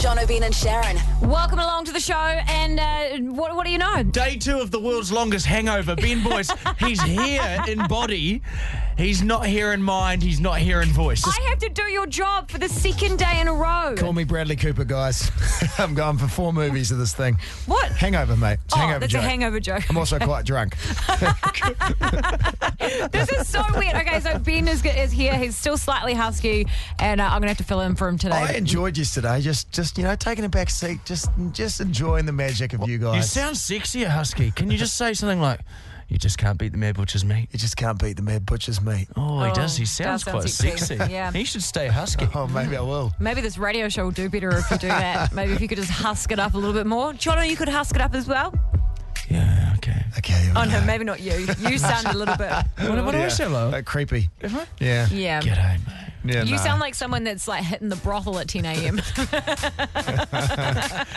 Tobin and Sharon. Welcome along to the show, and uh, what, what do you know? Day two of the world's longest hangover. Ben Boyce, he's here in body. He's not here in mind. He's not here in voice. Just I have to do your job for the second day in a row. Call me Bradley Cooper, guys. I'm going for four movies of this thing. What? Hangover, mate. It's a oh, hangover that's a joke. hangover joke. I'm also quite drunk. this is so weird. Okay, so Ben is, is here. He's still slightly husky, and uh, I'm gonna have to fill in for him today. I enjoyed yesterday, just just you know, taking a back seat, just just enjoying the magic of you guys. you sound sexier, Husky. Can you just say something like, you just can't beat the mad butcher's meat? you just can't beat the Mad Butcher's meat. Oh, he does. He does sounds sound quite sexy. sexy. Yeah. He should stay Husky. Oh, maybe I will. Maybe this radio show will do better if you do that. Maybe if you could just husk it up a little bit more. Jono, you could husk it up as well. Yeah, okay. Okay. here we Oh go. no, maybe not you. You sound a little bit. What, what do I Yeah, sound like? Bit creepy. Am I? Yeah. Yeah. G'day, mate. yeah You nah. sound like someone that's like hitting the brothel at 10 a.m.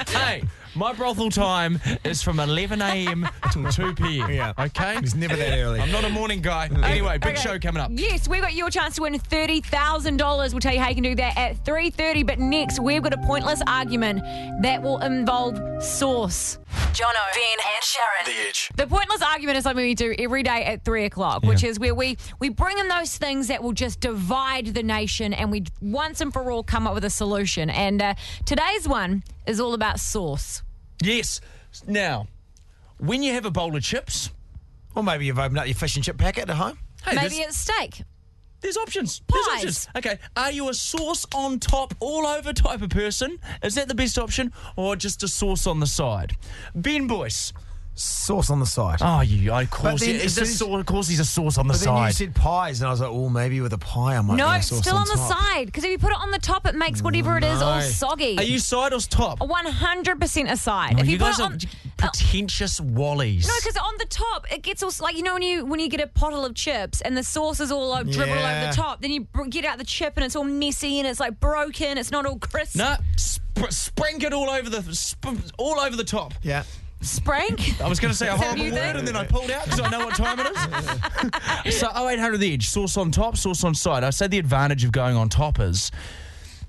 Hey, my brothel time is from 11 a.m. till 2 p.m. Yeah. Okay? It's never that early. I'm not a morning guy. Anyway, big Okay. show coming up. Yes, we've got your chance to win $30,000. We'll tell you how you can do that at 3.30. But next, we've got a pointless argument that will involve sauce. Jono, Ben, and Sharon. The pointless argument is something we do every day at 3 o'clock, which is where we, we bring in those things that will just divide the nation and we once and for all come up with a solution. And uh, today's one is all about sauce. Yes. Now, when you have a bowl of chips, Or maybe you've opened up your fish and chip packet at home. hey, Maybe there's- it's steak. There's options. Pies. There's options. Okay. Are you a sauce on top, all over type of person? Is that the best option, or just a sauce on the side? Ben Boyce. Sauce on the side. Oh, you. I of course. he- then as is soon this as- sau- of course, he's a sauce on the But then you side. said pies, and I was like, oh, maybe with a pie, I might No, be a it's sauce still on, on the top. side because if you put it on the top, it makes whatever it is all No. soggy. Are you side or top? 100% aside. Oh, Oh, if you, you put guys it are on, uh, pretentious wallies. No, because on the top it gets all like you know when you when you get a pottle of chips and the sauce is all like dribbled over Yeah. the top. Then you br- get out the chip and it's all messy and it's like broken. It's not all crisp. no, sp- sprank it all over the sp- all over the top. Yeah. Sprank. I was going to say a that horrible you word, then? and then I pulled out because I know what time it is. so 0800 the edge, sauce on top, sauce on side. I say the advantage of going on top is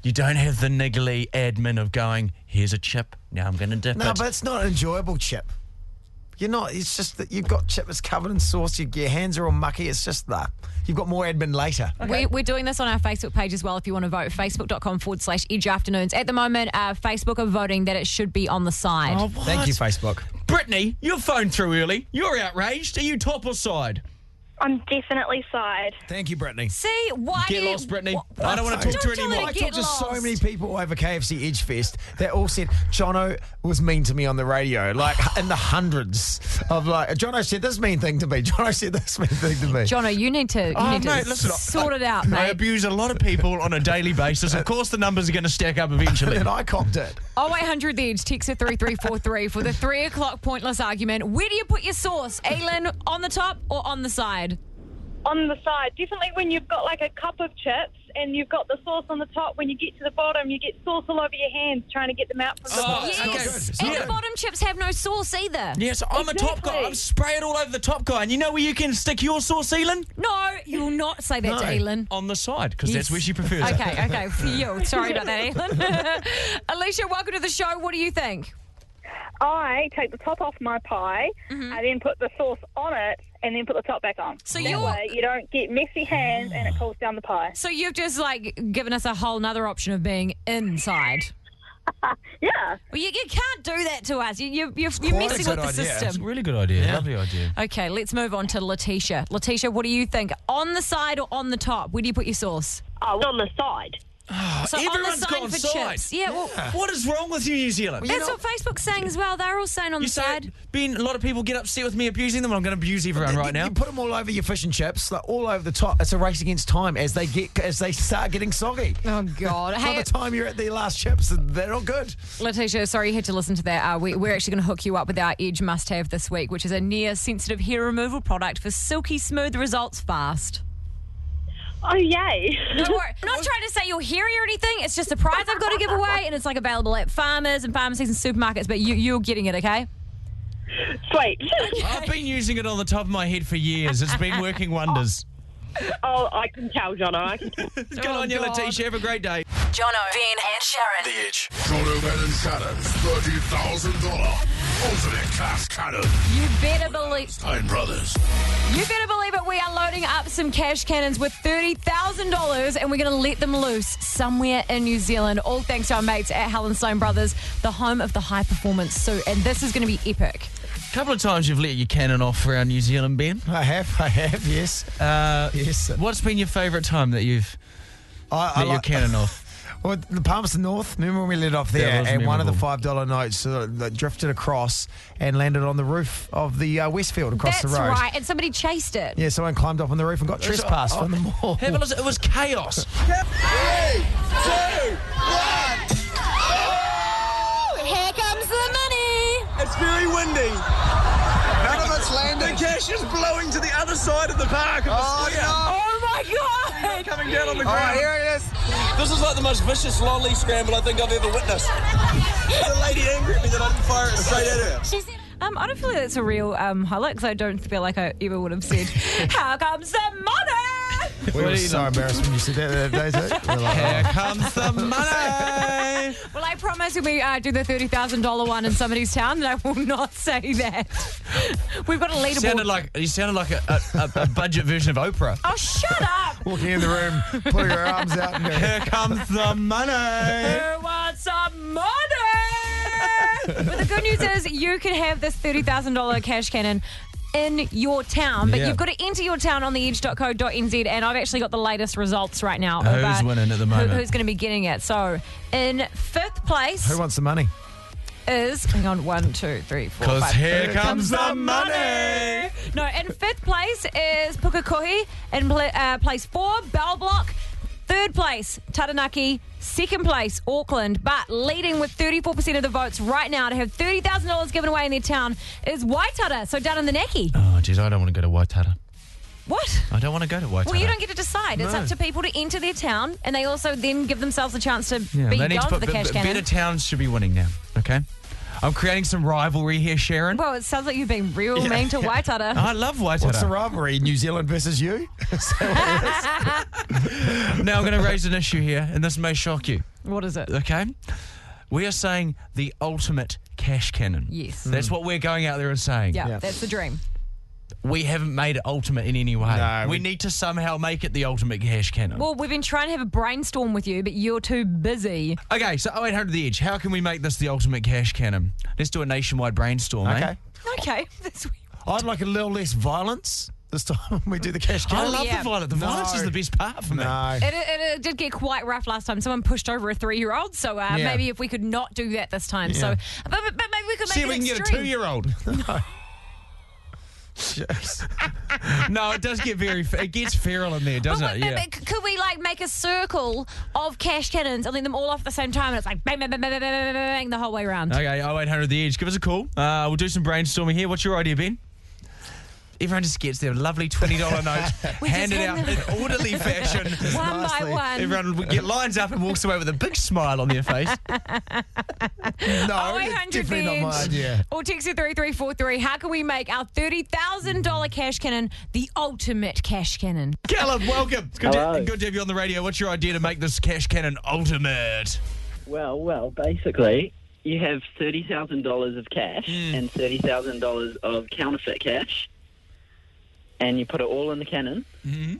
you don't have the niggly admin of going. Here's a chip. Now I'm going to dip No, it. but it's not an enjoyable chip. You're not. It's just that you've got chip that's covered in sauce. Your, your hands are all mucky. It's just that you've got more admin later. We, we're doing this on our Facebook page as well if you want to vote. Facebook.com forward slash edge afternoons. At the moment, uh, Facebook are voting that it should be on the side. Oh, what? Thank you, Facebook. Brittany. Your phone through early. You're outraged. Are you top or side? I'm definitely side. Thank you, Brittany. See, why Get do you, lost, Brittany. Wha- I don't want to Don't talk to her tell anymore. me I to talked to so lost. many people over KFC Edgefest that all said Jono was mean to me on the radio, like in the hundreds of like Jono said this mean thing to me. Jono said this mean thing to me. Jono, you need to, you Oh, need mate, to listen, I- sort it out, I mate. abuse a lot of people on a daily basis. Of course, the numbers are going to stack up eventually. and I copped it. 0800 The Edge, text at 3343 for the three o'clock pointless argument. Where do you put your sauce? Aylin, on the top or on the side? On the side, definitely when you've got like a cup of chips and you've got the sauce on the top, when you get to the bottom, you get sauce all over your hands trying to get them out from the Oh, bottom. it's not good. Yes. It's And not the good. bottom chips have no sauce either. Yes, I'm a top guy. Exactly. I'm spray it all over the top guy. And you know where you can stick your sauce, Elin? No, you will not say that to No. Aylin. On the side, because Yes. that's where she prefers it. Okay, okay, for you. Sorry about that, Aylin. Alicia, welcome to the show. What do you think? I take the top off my pie, I then put the sauce on it, and then put the top back on. Mm-hmm. So that you're- Mm. way you don't get messy hands, and it cools down the pie. So you've just like given us a whole nother option of being inside. Yeah, Well, you, you can't do that to us. You, you, you're you're quite a messing with good the idea. system. It's a really good idea. Lovely idea. Okay, let's move on to Letitia. Letitia, what do you think? On the side or on the top? Where do you put your sauce? oh, on the side. So on Uh, Everyone's the side gone for side. chips. Yeah, well, What is wrong with you, New Zealand? that's what Facebook's saying as well. They're all saying on you the side. say, Ben, a lot of people get upset with me abusing them. I'm going to abuse everyone you, right now. you put them all over your fish and chips, like all over the top. It's a race against time as they get as they start getting soggy. Oh God! By Hey, the time you're at the last chips, they're not good. Letitia, sorry you had to listen to that. Uh, we, we're actually going to hook you up with our Edge must-have this week, which is a near-sensitive hair removal product for silky smooth results fast. Oh, yay. Don't worry. I'm not trying to say you're hairy or anything. It's just a prize I've got to give away, and it's like available at farmers and pharmacies and supermarkets. But you, you're getting it, okay? Sweet. I've been using it on the top of my head for years. It's been working wonders. Oh, I can tell, Jono. I can tell. Go oh on, you God. Letitia. Have a great day. Jono, Ben, and Sharon. The Edge. Donovan and Shannon's $30,000 alternate class cannon. You better believe. Stein Brothers. You better believe it. We are loading up some cash cannons with thirty thousand dollars, and we're going to let them loose somewhere in New Zealand. All thanks to our mates at Helen Stone Brothers, the home of the high performance suit, and this is going to be epic. A couple of times you've let your cannon off around New Zealand, Ben. I have, I have, yes. Uh, Yes. What's been your favourite time that you've I, let I your like- cannon off? Well, the Palmerston North, remember when we lit off there was and one of the memorable. $5 notes uh, that drifted across and landed on the roof of the uh, Westfield across That's the road? right, and somebody chased it. Yeah, someone climbed up on the roof and got trespassed from the mall. Have a listen. It was chaos. Here comes the money. It's very windy. None of it's landing. The cash is blowing to the other side of the park. Of the square. Oh my god! Coming down on the ground. This is like the most vicious lolly scramble I think I've ever witnessed. the lady angry at me that I didn't fire it straight at her. Um, I don't feel like that's a real um, highlight because I don't feel like I ever would have said, "How comes the money?" We were so embarrassed when you said that that day, too. We were like, oh. Here comes the money. Well, I promise when we uh, do the thirty thousand dollar one in somebody's town, that I will not say that. We've got a leaderboard. sounded like you sounded like a, a, a, a budget version of Oprah. oh, shut up! Walking in the room, putting her arms out and going, Here comes the money. Who wants some money? but the good news is you can have this thirty thousand dollar cash cannon. In your town, but Yeah. you've got to enter your town on the edge.co.nz, and I've actually got the latest results right now. Who's about winning at who- the moment? who's going to be getting it? So, in fifth place Who wants the money? is hang on one two three four Because five. here comes the money. No, in fifth place is Pukekohe. In pla- uh, place four, Bell Block. Third place, Taranaki. Second place, Auckland. But leading with 34% of the votes right now to have $30,000 given away in their town is Waitara. So down in the necky. Oh, geez, I don't want to go to Waitara. What? I don't want to go to Waitara. Well, you don't get to decide. It's No. up to people to enter their town, and they also then give themselves a chance to Yeah, be they going need to for put the b- cash b- cannon. better towns should be winning now. Okay, I'm creating some rivalry here, Sharon. well, it sounds like you've been real mean to Waitara. I love Waitara. What's the rivalry? New Zealand versus you? Now I'm going to raise an issue here, and this may shock you. What is it? Okay, we are saying the ultimate cash cannon. Yes. that's what we're going out there and saying. Yeah, Yeah. that's the dream. we haven't made it ultimate in any way. No, we, we- need to somehow make it the ultimate cash cannon. Well, we've been trying to have a brainstorm with you, but you're too busy. okay, so 0800 the edge. How can we make this the ultimate cash cannon? Let's do a nationwide brainstorm. eh? Okay. Okay. That's weird. I'd like a little less violence this time when we do the cash I count. love yeah. the violence. The No. violence is the best part for me. No. It, it, it did get quite rough last time. Someone pushed over a three-year-old, so uh, Yeah. maybe if we could not do that this time. So, but, but, but maybe we could make See it if we can get a extreme. two-year-old. Jeez. no, it does get very. It gets feral in there, But, doesn't what- it? but- Yeah. but c- could we like make a circle of cash cannons and let them all off at the same time? And it's like bang, bang, bang, bang, bang, bang, bang, bang the whole way around. Okay, 0800 the edge. Give us a call. Uh, we'll do some brainstorming here. What's your idea, Ben? Everyone just gets their lovely twenty dollar note handed out hand in orderly fashion. One by Nicely. one. Everyone would get lines up and walks away with a big smile on their face. No, Oh, 800 it's definitely not Veg. mine. Yeah. Or text to 3343. How can we make our $30,000 cash cannon the ultimate cash cannon? Callum, welcome. It's good, to, Hello. good to have you on the radio. What's your idea to make this cash cannon ultimate? Well, well, basically, you have thirty thousand dollars of cash Hmm. and thirty thousand dollars of counterfeit cash, and you put it all in the cannon, Mm-hmm.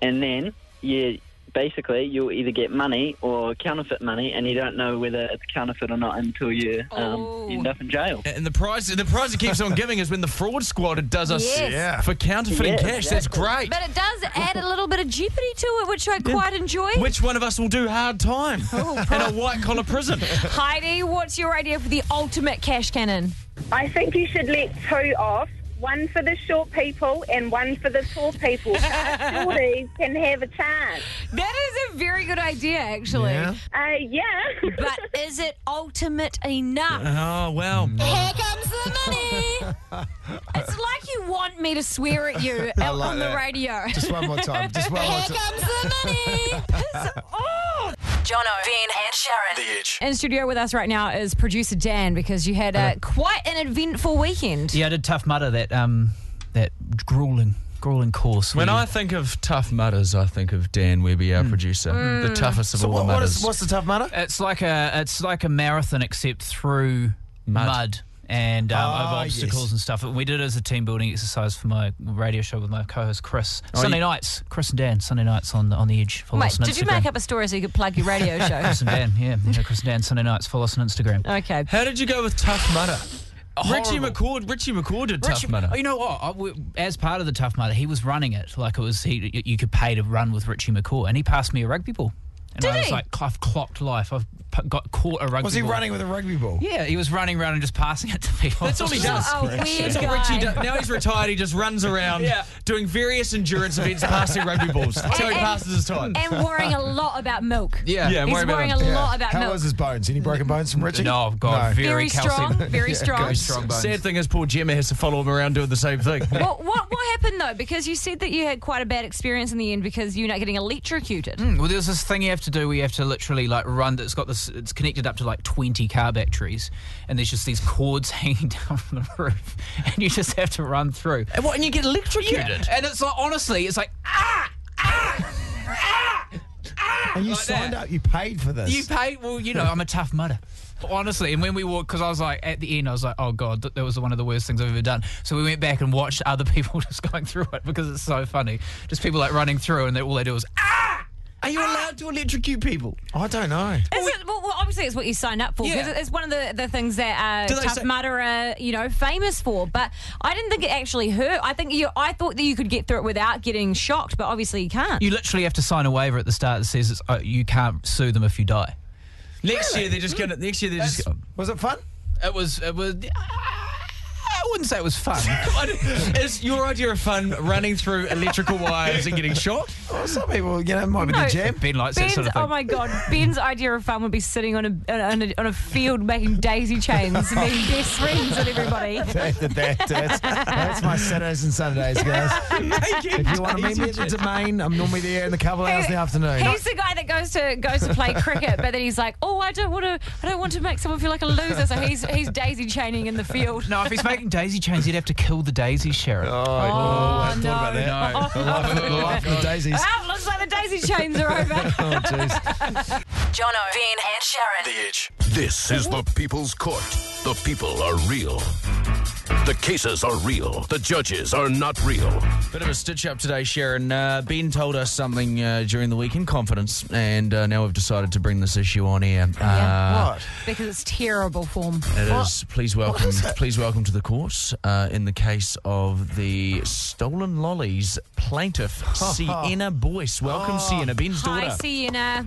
and then you basically you'll either get money or counterfeit money, and you don't know whether it's counterfeit or not until you Oh. um, end up in jail. And the prize, the prize it keeps on giving is when the fraud squad does us Yes. Yeah. for counterfeiting Yeah, cash. That's great. But it does add a little bit of jeopardy to it, which I quite enjoy. Which one of us will do hard time Oh, in a white collar prison? Heidi, what's your idea for the ultimate cash cannon? I think you should let two off. One for the short people and one for the tall people. Shorties can have a chance. That is a very good idea, actually. Yeah. Uh, yeah. But is it ultimate enough? Oh well. Here comes the money. it's like you want me to swear at you out like on the that. radio. Just one more time. Just one more Here time. comes the money. Piss off. Jono, Ben, and Sharon. The Edge. In studio with us right now is producer Dan because you had uh, quite an eventful weekend. Yeah, I did Tough Mudder that um that grueling grueling course. When where I think of tough mutters, I think of Dan Webby, our producer, the toughest of Hmm. So all what, the what mutters. is, what's the tough matter? you- it's like a it's like a marathon except through mud, and um, Ah, over obstacles yes. and stuff. And we did it as a team building exercise for my radio show with my co-host Chris Sunday nights. Chris and Dan Sunday nights on on the Edge. Follow Mate, us on did you Instagram. make up a story so you could plug your radio show? Chris and Dan, yeah, yeah, Chris and Dan Sunday nights. Follow us on Instagram. Okay. How did you go with tough mutter? Richie McCord. Richie McCord did Richie- tough mutter. Oh, you know what? I, we, as part of the Tough Mudder, he was running it like it was he. y- You could pay to run with Richie McCaw, and he passed me a rugby ball. And Did I was he? like, I've clocked life. I've p- got caught a rugby. Was he ball." running with a rugby ball? Yeah, he was running around and just passing it to people. That's all he It was does. just- Oh, weird That's what guy. Richie does. Now he's retired. He just runs around Yeah. doing various endurance events, passing rugby balls until he And- passes his time. and worrying a lot about milk. Yeah. Yeah, He's worry about worrying it. a Yeah. lot about How milk. was his bones? Any broken bones from Richie? No, God, No. very, very calcium. strong, very strong. Very strong bones. Sad thing is, poor Gemma has to follow him around doing the same thing. What, what what happened though? Because you said that you had quite a bad experience in the end because you're not getting electrocuted. Well, there's this thing you have to do where you have to literally like run. That's got this. It's connected up to like 20 car batteries, and there's just these cords hanging down from the roof, and you just have to run through. and, what, and you get electrocuted. And it's like honestly, it's like ah, ah, ah. And you Like signed that. up. You paid for this. You pay. Well, you know, I'm a tough mudder. Honestly, and when we walked, because I was like, at the end, I was like, oh God, that, that was one of the worst things I've ever done. So we went back and watched other people just going through it because it's so funny. Just people like running through and they, all they do is, ah! Are you allowed to electrocute people? I don't know. Is it, well, well, obviously it's what you signed up for. 'cause Yeah. It's one of the, the things that Do uh, they Tough say- Mudder are you know famous for. But I didn't think it actually hurt. I think you, I thought that you could get through it without getting shocked, but obviously you can't. You literally have to sign a waiver at the start that says it's, oh, you can't sue them if you die. Next year they're just gonna. Next year they're just. Gonna, Was it fun? It was, it was, I wouldn't say it was fun. is your idea of fun running through electrical wires and getting shocked? Well, Oh, some people, you know, it might be No. the jam. ben likes that Ben's, sort of thing. oh my god, Ben's idea of fun would be sitting on a on a, on a field making daisy chains, and being best friends with everybody. That- that- that's, that's my Saturdays and Sundays, guys. if you want to meet me at the domain, I'm normally there in the couple of hours in the afternoon. He's the guy that goes to goes to play cricket, but then he's like, "Oh, I don't want to. I don't want to make someone feel like a loser." So he's he's daisy chaining in the field. No, if he's making daisy chains, he'd have to kill the daisy, Sharon. Oh, Oh, no, that. no. the life of the daisies. Ah, looks like the daisy chains are over. Oh, jeez. Jono, Vin, and Sharon. This is the People's Court. The people are real. The cases are real. The judges are not real. Bit of a stitch up today, Sharon. Uh, ben told us something uh, during the week in confidence, and uh, now we've decided to bring this issue on air. Uh, What? Because it's terrible form. It is. Please welcome. Please welcome to the court. Uh, in the case of the stolen lollies plaintiff, Sienna Boyce. Welcome, Sienna, Ben's daughter. Hi, Sienna.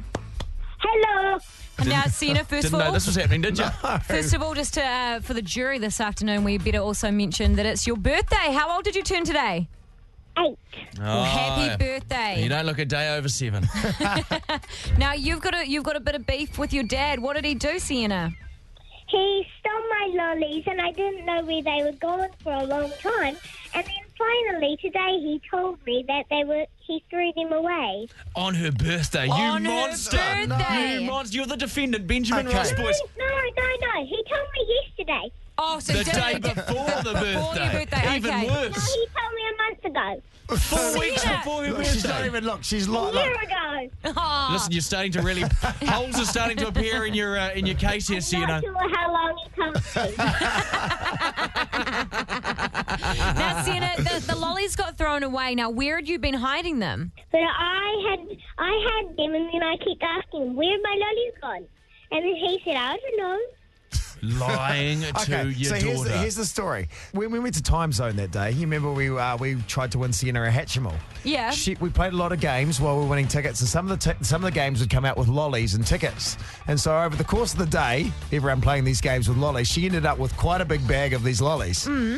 Hello. Now, Sienna, 1st Didn't of know all, this was happening, did you? first of all, just to, uh, for the jury this afternoon, we better also mention that it's your birthday. How old did you turn today? Eight. Well, Oh, happy birthday! You don't look a day over seven. Now you've got a you've got a bit of beef with your dad. What did he do, Sienna? He stole my lollies and I didn't know where they were going for a long time. And then finally today he told me that they were he threw them away. On her birthday, you On her monster! birthday. You monster! You're the defendant, Benjamin Okay. Ross Boyce. No, no, no. He told me yesterday. Oh, so The did- day before the Before your birthday. birthday, Even okay. No, worse. he told me a month ago. Four weeks Sienna. before her Look, she's not birthday. even, look, she's like, A year Uh-huh. look, ago. Aw. Listen, you're starting to really holes are starting to appear in your uh, in your case here, Sienna. Not sure how long he told me. Now, Sienna, the, the lollies got thrown away. Now, where had you been hiding them? but I had I had them and then I kept asking him, Where are my lollies gone? And then he said, I don't know. Lying to Okay, your so here's daughter. the, here's the story. When we went to Time Zone that day, you remember we uh, we tried to win Sienna a Hatchimal. Yeah. She, we played a lot of games while we were winning tickets, and some of the ti- some of the games would come out with lollies and tickets. And so over the course of the day, everyone playing these games with lollies, she ended up with quite a big bag of these lollies. Mm-hmm.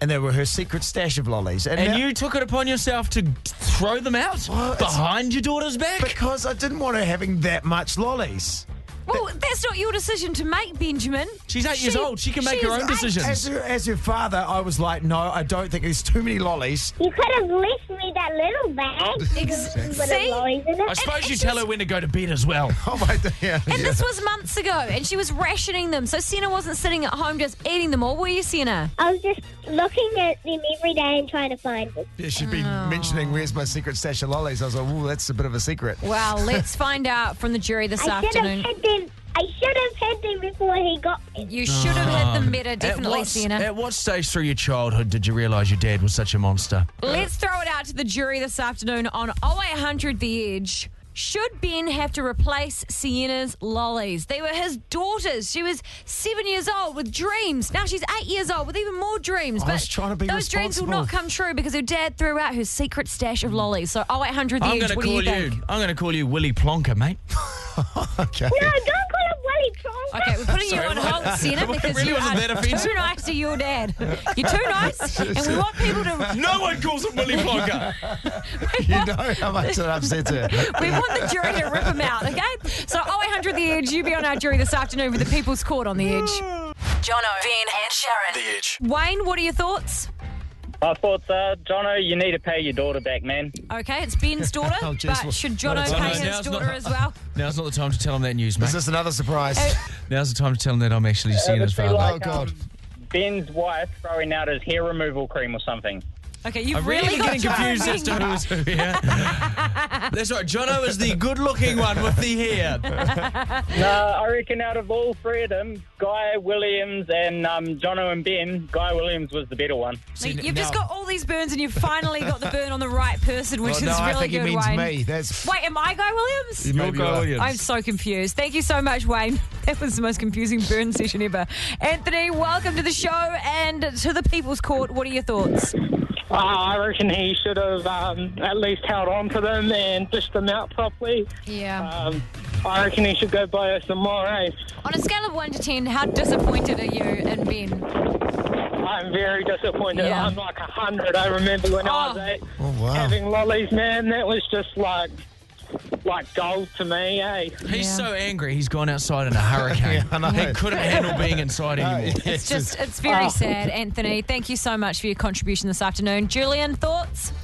And they were her secret stash of lollies. now- and you took it upon yourself to throw them out Well, it's- behind your daughter's back. because I didn't want her having that much lollies. Well, that's not your decision to make, Benjamin. She's eight years She- old. She can make her she's own eight. As decisions. her, as her father, I was like, no, I don't think there's too many lollies. You could have left me that little bag. Ex- with the see? lollies in Oh. I it. suppose and you tell her she's- when to go to bed as well. Oh my god! Yeah, And yeah. this was months ago, and she was rationing them. So Sienna wasn't sitting at home just eating them all, were you, Sienna? I was just looking at them every day and trying to find them. Yeah, she'd been Oh. mentioning where's my secret stash of lollies. I was like, ooh, that's a bit of a secret. Well, let's find out from the jury this I should afternoon. have had them. I should have had them before he got them. You should have had them better, at definitely, what, Sienna. At what stage through your childhood did you realise your dad was such a monster? Let's throw it out to the jury this afternoon on 0800 The Edge. Should Ben have to replace Sienna's lollies? They were his daughters. She was seven years old with dreams. Now she's eight years old with even more dreams. I was trying to be those dreams will responsible. not come true because her dad threw out her secret stash of lollies. So 0800 The I'm Edge, going to what do call you you. think? I'm going to call you Willy Plonker, mate. Okay. No, don't call him Willy Plonker. Okay, we're putting you Sorry, on what? hold, Sienna, It because really you wasn't that are offensive. too nice to your dad. You're too nice, and we want people to. No one calls him Willy Plonker. You know how much it upsets her. We want the jury to rip him out, okay? So 0800 The Edge, you be on our jury this afternoon with the People's Court on The Edge. Jono, Ben, and Sharon. The Edge. Wayne, what are your thoughts? My thoughts are, Jono, you need to pay your daughter back, man. Okay, it's Ben's daughter, Oh, jeez, but well, should not Jono a pay time. his Now's not- daughter as well? Now's not the time to tell him that news, Is mate. this another surprise? Oh. Now's the time to tell him that I'm actually Sienna's be father. like- oh, um, God. Ben's wife throwing out his hair removal cream or something. Okay, you've I'm really, really got getting confused Jono as to ringing. who's who here. That's right. Jono is the good-looking one with the hair. Nah, Uh, I reckon out of all three of them, Guy Williams and um, Jono and Ben, Guy Williams was the better one. Like, You've just got all these burns, and you've finally got the burn on the right person, which Oh, is no, really I think good, he means Wayne. me. That's Wait, am I Guy Williams? maybe you are. I'm so confused. Thank you so much, Wayne. That was the most confusing burn session ever. Anthony, welcome to the show and to the People's Court. What are your thoughts? Uh, I reckon he should have um, at least held on to them and dished them out properly. Yeah. Um, I reckon he should go buy us some more, eh? On a scale of one to ten, how disappointed are you in Ben? I'm very disappointed. Yeah. I'm like a hundred. I remember when I was Oh. eight, Oh, wow. having lollies, man. That was just like, like gold to me, eh? He's Yeah. so angry. He's gone outside in a hurricane. Yeah, I know. He couldn't handle being inside anymore. It's just, it's very sad, Anthony. Thank you so much for your contribution this afternoon. Julian, thoughts?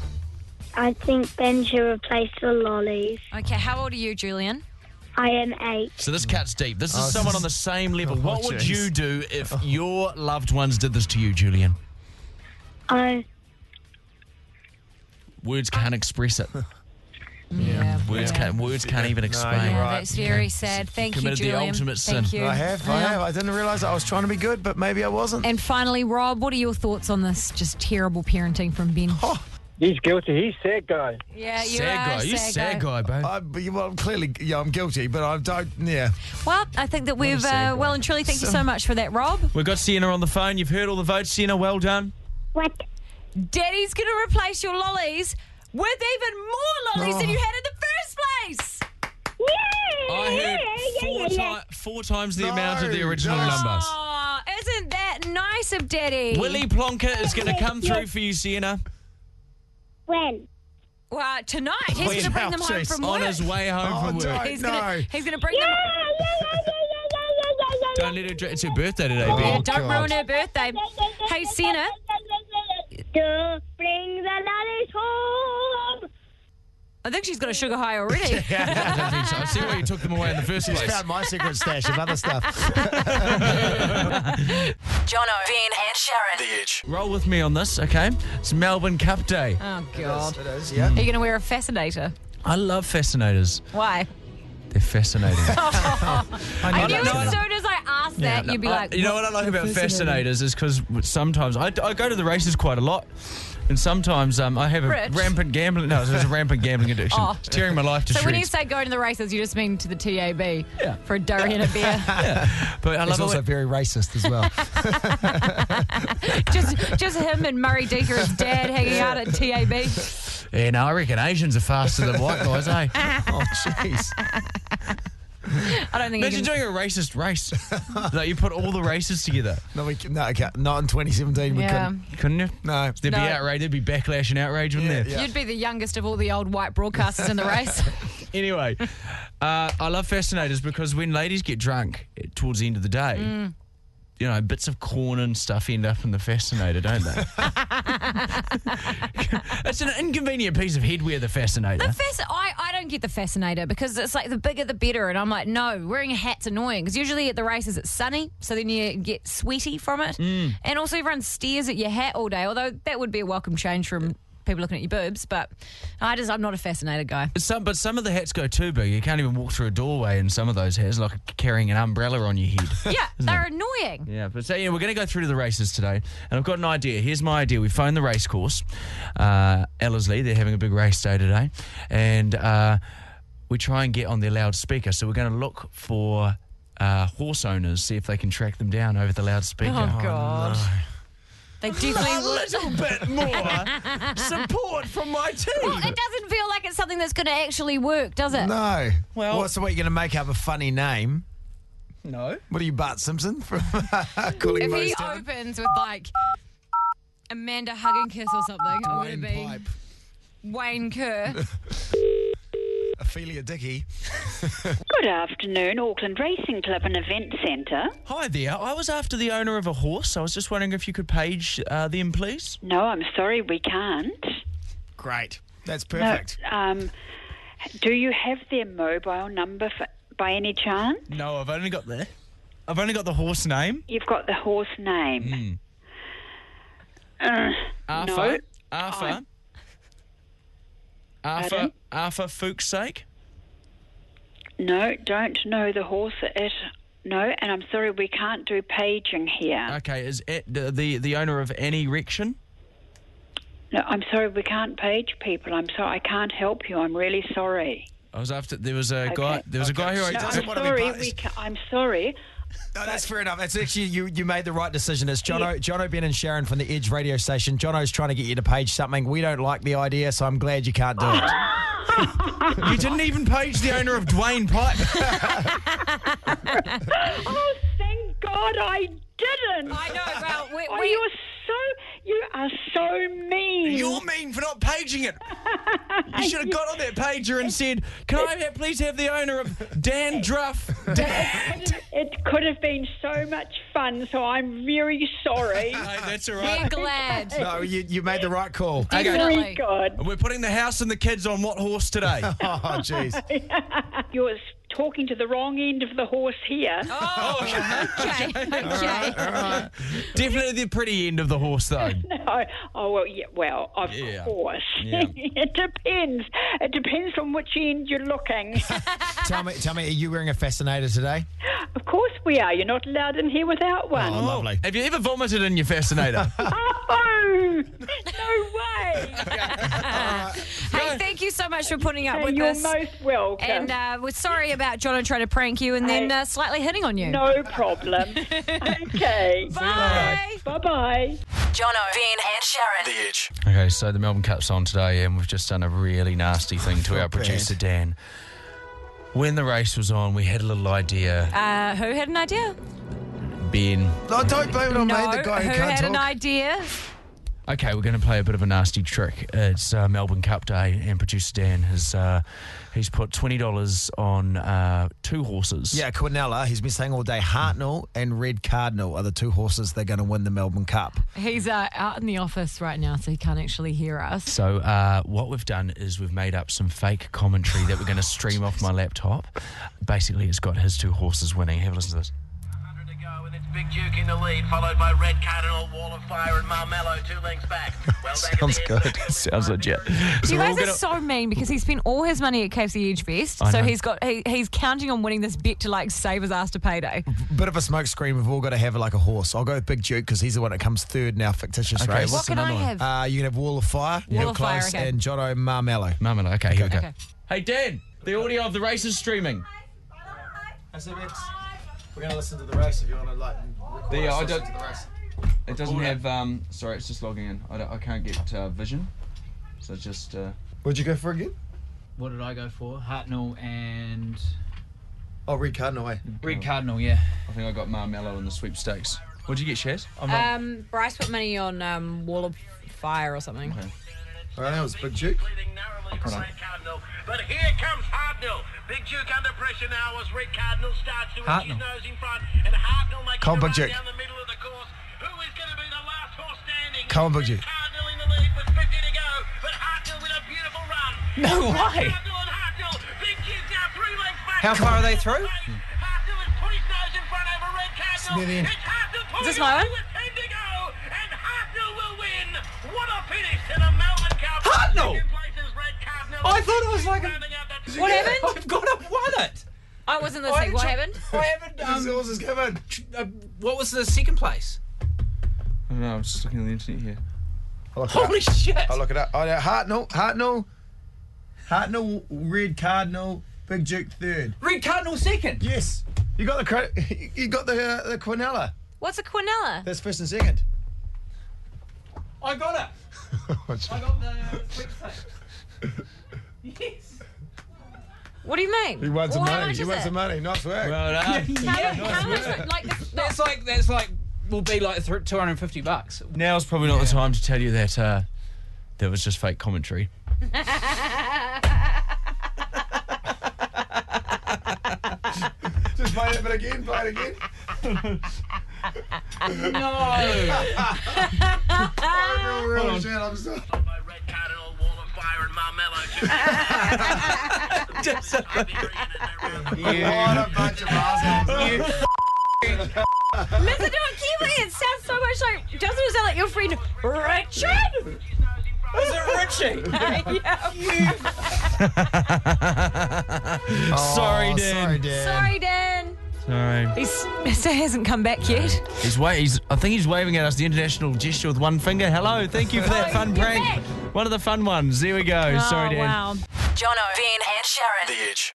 I think Ben should replace the lollies. Okay, how old are you, Julian? I am eight. So this cuts deep. This is Oh. Oh, someone this on the same level. Oh, what would jeez. you do if your loved ones did this to you, Julian? I Words can't express it. Yeah. Words can't. Words can't even explain. you're Yeah, right. that's very sad. Thank you, committed the Julian. ultimate Thank sin. you. I have. I have. I didn't realise I was trying to be good, but maybe I wasn't. And finally, Rob, what are your thoughts on this just terrible parenting from Ben? He's guilty. He's sad guy. Yeah, you sad are guy. a You sad guy, babe. I, but, well, I'm clearly, yeah, I'm guilty, but I don't. Yeah, Well, I think that we've sad uh, guy. well and truly thank you so much for that, Rob. We've got Sienna on the phone. You've heard all the votes, Sienna. Well done. what? Daddy's going to replace your lollies with even more lollies Oh. than you had in the first place. Yeah! I yeah, heard yeah, four, yeah, yeah. ti- four times the No, amount of the no. original number. Oh, isn't that nice of Daddy? Willie Plonker is going to come through for you, Sienna, When? Well, tonight he's going Please, to bring them home ouchies. from on work. his way home Oh, from work. don't. He's gonna, No. he's gonna bring Yeah, them. yeah, yeah, yeah, yeah, yeah, yeah, yeah, yeah. Don't let her. Dr- it's her birthday today, Oh. Yeah, Ben. don't God. ruin her birthday. Hey, Sienna. To bring the lollies home. I think she's got a sugar high already. I don't think so. I see why you took them away in the first I place. found my secret stash of other stuff. Jono, Ben, and Sharon. The Edge. Roll with me on this, okay? It's Melbourne Cup Day. Oh God. It is, yeah. Are you gonna wear a fascinator? I love fascinators. Why? They're fascinating. I knew don't know. as soon as I asked that, you'd be I- like, Uh, you know what I like about fascinators is because sometimes I, I go to the races quite a lot. And sometimes um, I have a Rich. rampant gambling. No, it's a rampant gambling addiction. Oh. It's tearing my life to So when you shreds. say going to the races, you just mean to the TAB Yeah. for a durry and a beer. but I He's love it. also when- very racist as well. just, just him and Murray Deaker's dad hanging out at TAB. Yeah, no, I reckon Asians are faster than white guys, eh? oh, jeez. I don't think. You Imagine can, doing a racist race. like you put all the races together. No, we can, no, okay, not in 2017. We yeah. couldn't. Couldn't you? No. There'd No. be outrage. There'd be backlash and outrage, wouldn't Yeah, there? yeah. You'd be the youngest of all the old white broadcasters in the race. Anyway, uh, I love fascinators because when ladies get drunk eh, towards the end of the day, you know, bits of corn and stuff end up in the fascinator, don't they? it's an inconvenient piece of headwear, the fascinator. The fasc- I, I don't get the fascinator because it's like the bigger the better, and I'm like, no, wearing a hat's annoying because usually at the races it's sunny, so then you get sweaty from it, Mm. and also everyone stares at your hat all day. Although that would be a welcome change from people looking at your boobs, but I just I'm not a fascinator guy. Some, but some of the hats go too big. You can't even walk through a doorway in some of those hats, like carrying an umbrella on your head. Yeah, Isn't they're annoying. Yeah, but so yeah, we're going to go through to the races today, and I've got an idea. Here's my idea: we phone the race course, uh, Ellerslie. They're having a big race day today, and uh, we try and get on their loudspeaker. So we're going to look for uh, horse owners, see if they can track them down over the loudspeaker. Oh, God. They definitely A little bit more support from my team. Well, it doesn't feel like it's something that's going to actually work, does it? No. Well- Well, so what, you're going to make up a funny name? No. What are you, Bart Simpson from uh, calling if Rose he down? opens with like Amanda hug and kiss or something, I'm going to be Wayne Kerr. Ophelia Dickey. Good afternoon, Auckland Racing Club and Event Centre. Hi there. I was after the owner of a horse. I was just wondering if you could page uh, them, please. No, I'm sorry, we can't. Great. That's No, um, do you have their mobile number for, by any chance? No, I've only got the, I've only got the horse name. You've got the horse name. Uh, no. Arthur. Arthur. Arthur. Pardon? Arthur Fook's sake. No, don't know the horse at. No, and I'm sorry, we can't do paging here. Okay, is it the the, the owner of any erection? No, I'm sorry, we can't page people. I'm sorry, I can't help you. I'm really sorry. I was after. There was a guy. There was a guy who. No, I- I'm sorry, we ca- I'm sorry. No, that's fair enough. That's actually you. You made the right decision. It's John, o, John O'Ben and Sharon from the Edge Radio Station. John O's trying to get you to page something. We don't like the idea, so I'm glad you can't do it. you didn't even page the owner of Dwayne Pipe. Oh, thank God I didn't. I know. Well, we, oh, you're so you are so mean. You're mean for not paging it. You should have got on that pager and said, "Can I have, please have the owner of Dan Druff?" Dan. It could have been so much fun. So I'm very sorry. that's all right. We're glad. No, you, you made the right call. Okay. Very good. We're putting the house and the kids on what horse today? oh, jeez. You're talking to the wrong end of the horse here. Oh, okay. okay. Definitely the pretty end of the horse, though. No. Oh well, yeah. Well, of Yeah. course. Yeah. it depends. It depends on which end you're looking. tell me, tell me, are you wearing a fascinator today? Oh, of course we are. You're not allowed in here without one. lovely. Have you ever vomited in your fascinator? Oh, no way. Hey, thank you so much for putting up Hey, with you're us. most welcome. And uh, we're sorry about John and trying to prank you and then Hey. uh, slightly hitting on you. No problem. okay. Bye. Bye bye. Jono, Vin, and Sharon. The Itch. okay, so the Melbourne Cup's on today, and we've just done a really nasty thing to our bad. producer, Dan. When the race was on, we had a little idea. Uh, who had an idea? Ben. No, don't blame it on no, me. The guy who, had can't an talk. idea? Okay, we're going to play a bit of a nasty trick. It's uh, Melbourne Cup Day, and producer Dan has uh, he's put twenty dollars on uh, two horses. Yeah, Quinella. He's been saying all day. Hartnell and Red Cardinal are the two horses they're going to win the Melbourne Cup. He's uh, out in the office right now, so he can't actually hear us. So uh, what we've done is we've made up some fake commentary that we're going to stream off my laptop. Basically, it's got his two horses winning. Have a listen to this. Big Duke in the lead, followed by Red Cardinal, Wall of Fire, and Marmello two lengths back. Well back Sounds good. Sounds legit. you we're all guys are gonna- so mean because he spent all his money at KFC Edge Fest, I so know. he's got he, he's counting on winning this bet to like save his ass to payday. Bit of a smoke screen. We've all got to have like a horse. I'll go with Big Duke because he's the one that comes third in our fictitious Okay, race. what's What can another I one? have? Uh, you can have Wall of Fire, Wall Real of Fire, Close, okay. and Jono Marmello. Marmalade. Okay, here we go. Okay. Hey, Dan, the audio of the race is streaming. We're going to listen to the race if you want to like. The- us I listen don't- to the It doesn't have. Um, sorry, it's just logging in. I, don't, I can't get uh, vision, so it's just. Uh, What'd you go for again? What did I go for? Hartnell and Oh, Red Cardinal, eh? Red Cardinal. Yeah. I think I got Marmello in the sweepstakes. What'd you get, Shaz? Um, Bryce put money on um, Wall of Fire or something. All right, that was Big Duke. Hold on. Cardinal. But here comes Hartnell. Big Duke under pressure now as Red Cardinal starts to inch his Hartnell. nose in front. And Hartnell making Colin a run Big Duke. down the middle of the course. Who is going to be the last horse standing? Colin Big Duke. Hartnell in the lead with 50 to go. But Hartnell with a beautiful run. No way. Hartnell and Hartnell. Big Duke now three lengths back. How far are they through? Hartnell has put his nose in front over Red Cardinal. near the end. It's Hartnell pulling this my away one? with 10 to go. And Hartnell will win. What a finish to the Melbourne Cup. Hartnell! Second place is Red Cardinal. I thought it was like a. What happened? I've got to won it. I wasn't Why listening. did What you- happened? I haven't. Um, is coming. Uh, what was the second place? I don't know, I'm just looking at the internet here. Holy shit! I'll look it up. Oh, yeah, Hartnell, Hartnell, Hartnell, Red Cardinal, Big Duke third. Red Cardinal second. Yes, you got the cre- you got the uh, the Quinella. What's a quinella? That's first and second. I got it. I got the website. yes. What do you mean? He won some Well, how money. much He is won it? some money. Nice work. Well done. How much? Like this, That's like that's like will be like th- two hundred and fifty bucks. Now's probably not the time to tell you that uh, that was just fake commentary. Just play it, but again, play it again. no. Real on. shit, I'm sorry. What a bunch of assholes. Listen to it, Kiwi. It sounds so much like. Doesn't it sound like your friend Richard? Is it Richie? sorry, Dan. Sorry, Sorry, Dan. Sorry. He's, Mister hasn't come back yet. He's, wa- he's I think he's waving at us the international gesture with one finger. Hello, thank you for Oh, that fun prank. One of the fun ones. There we go. Oh, Sorry, Dan. wow. Jono, Vin, and Sharon. The Itch.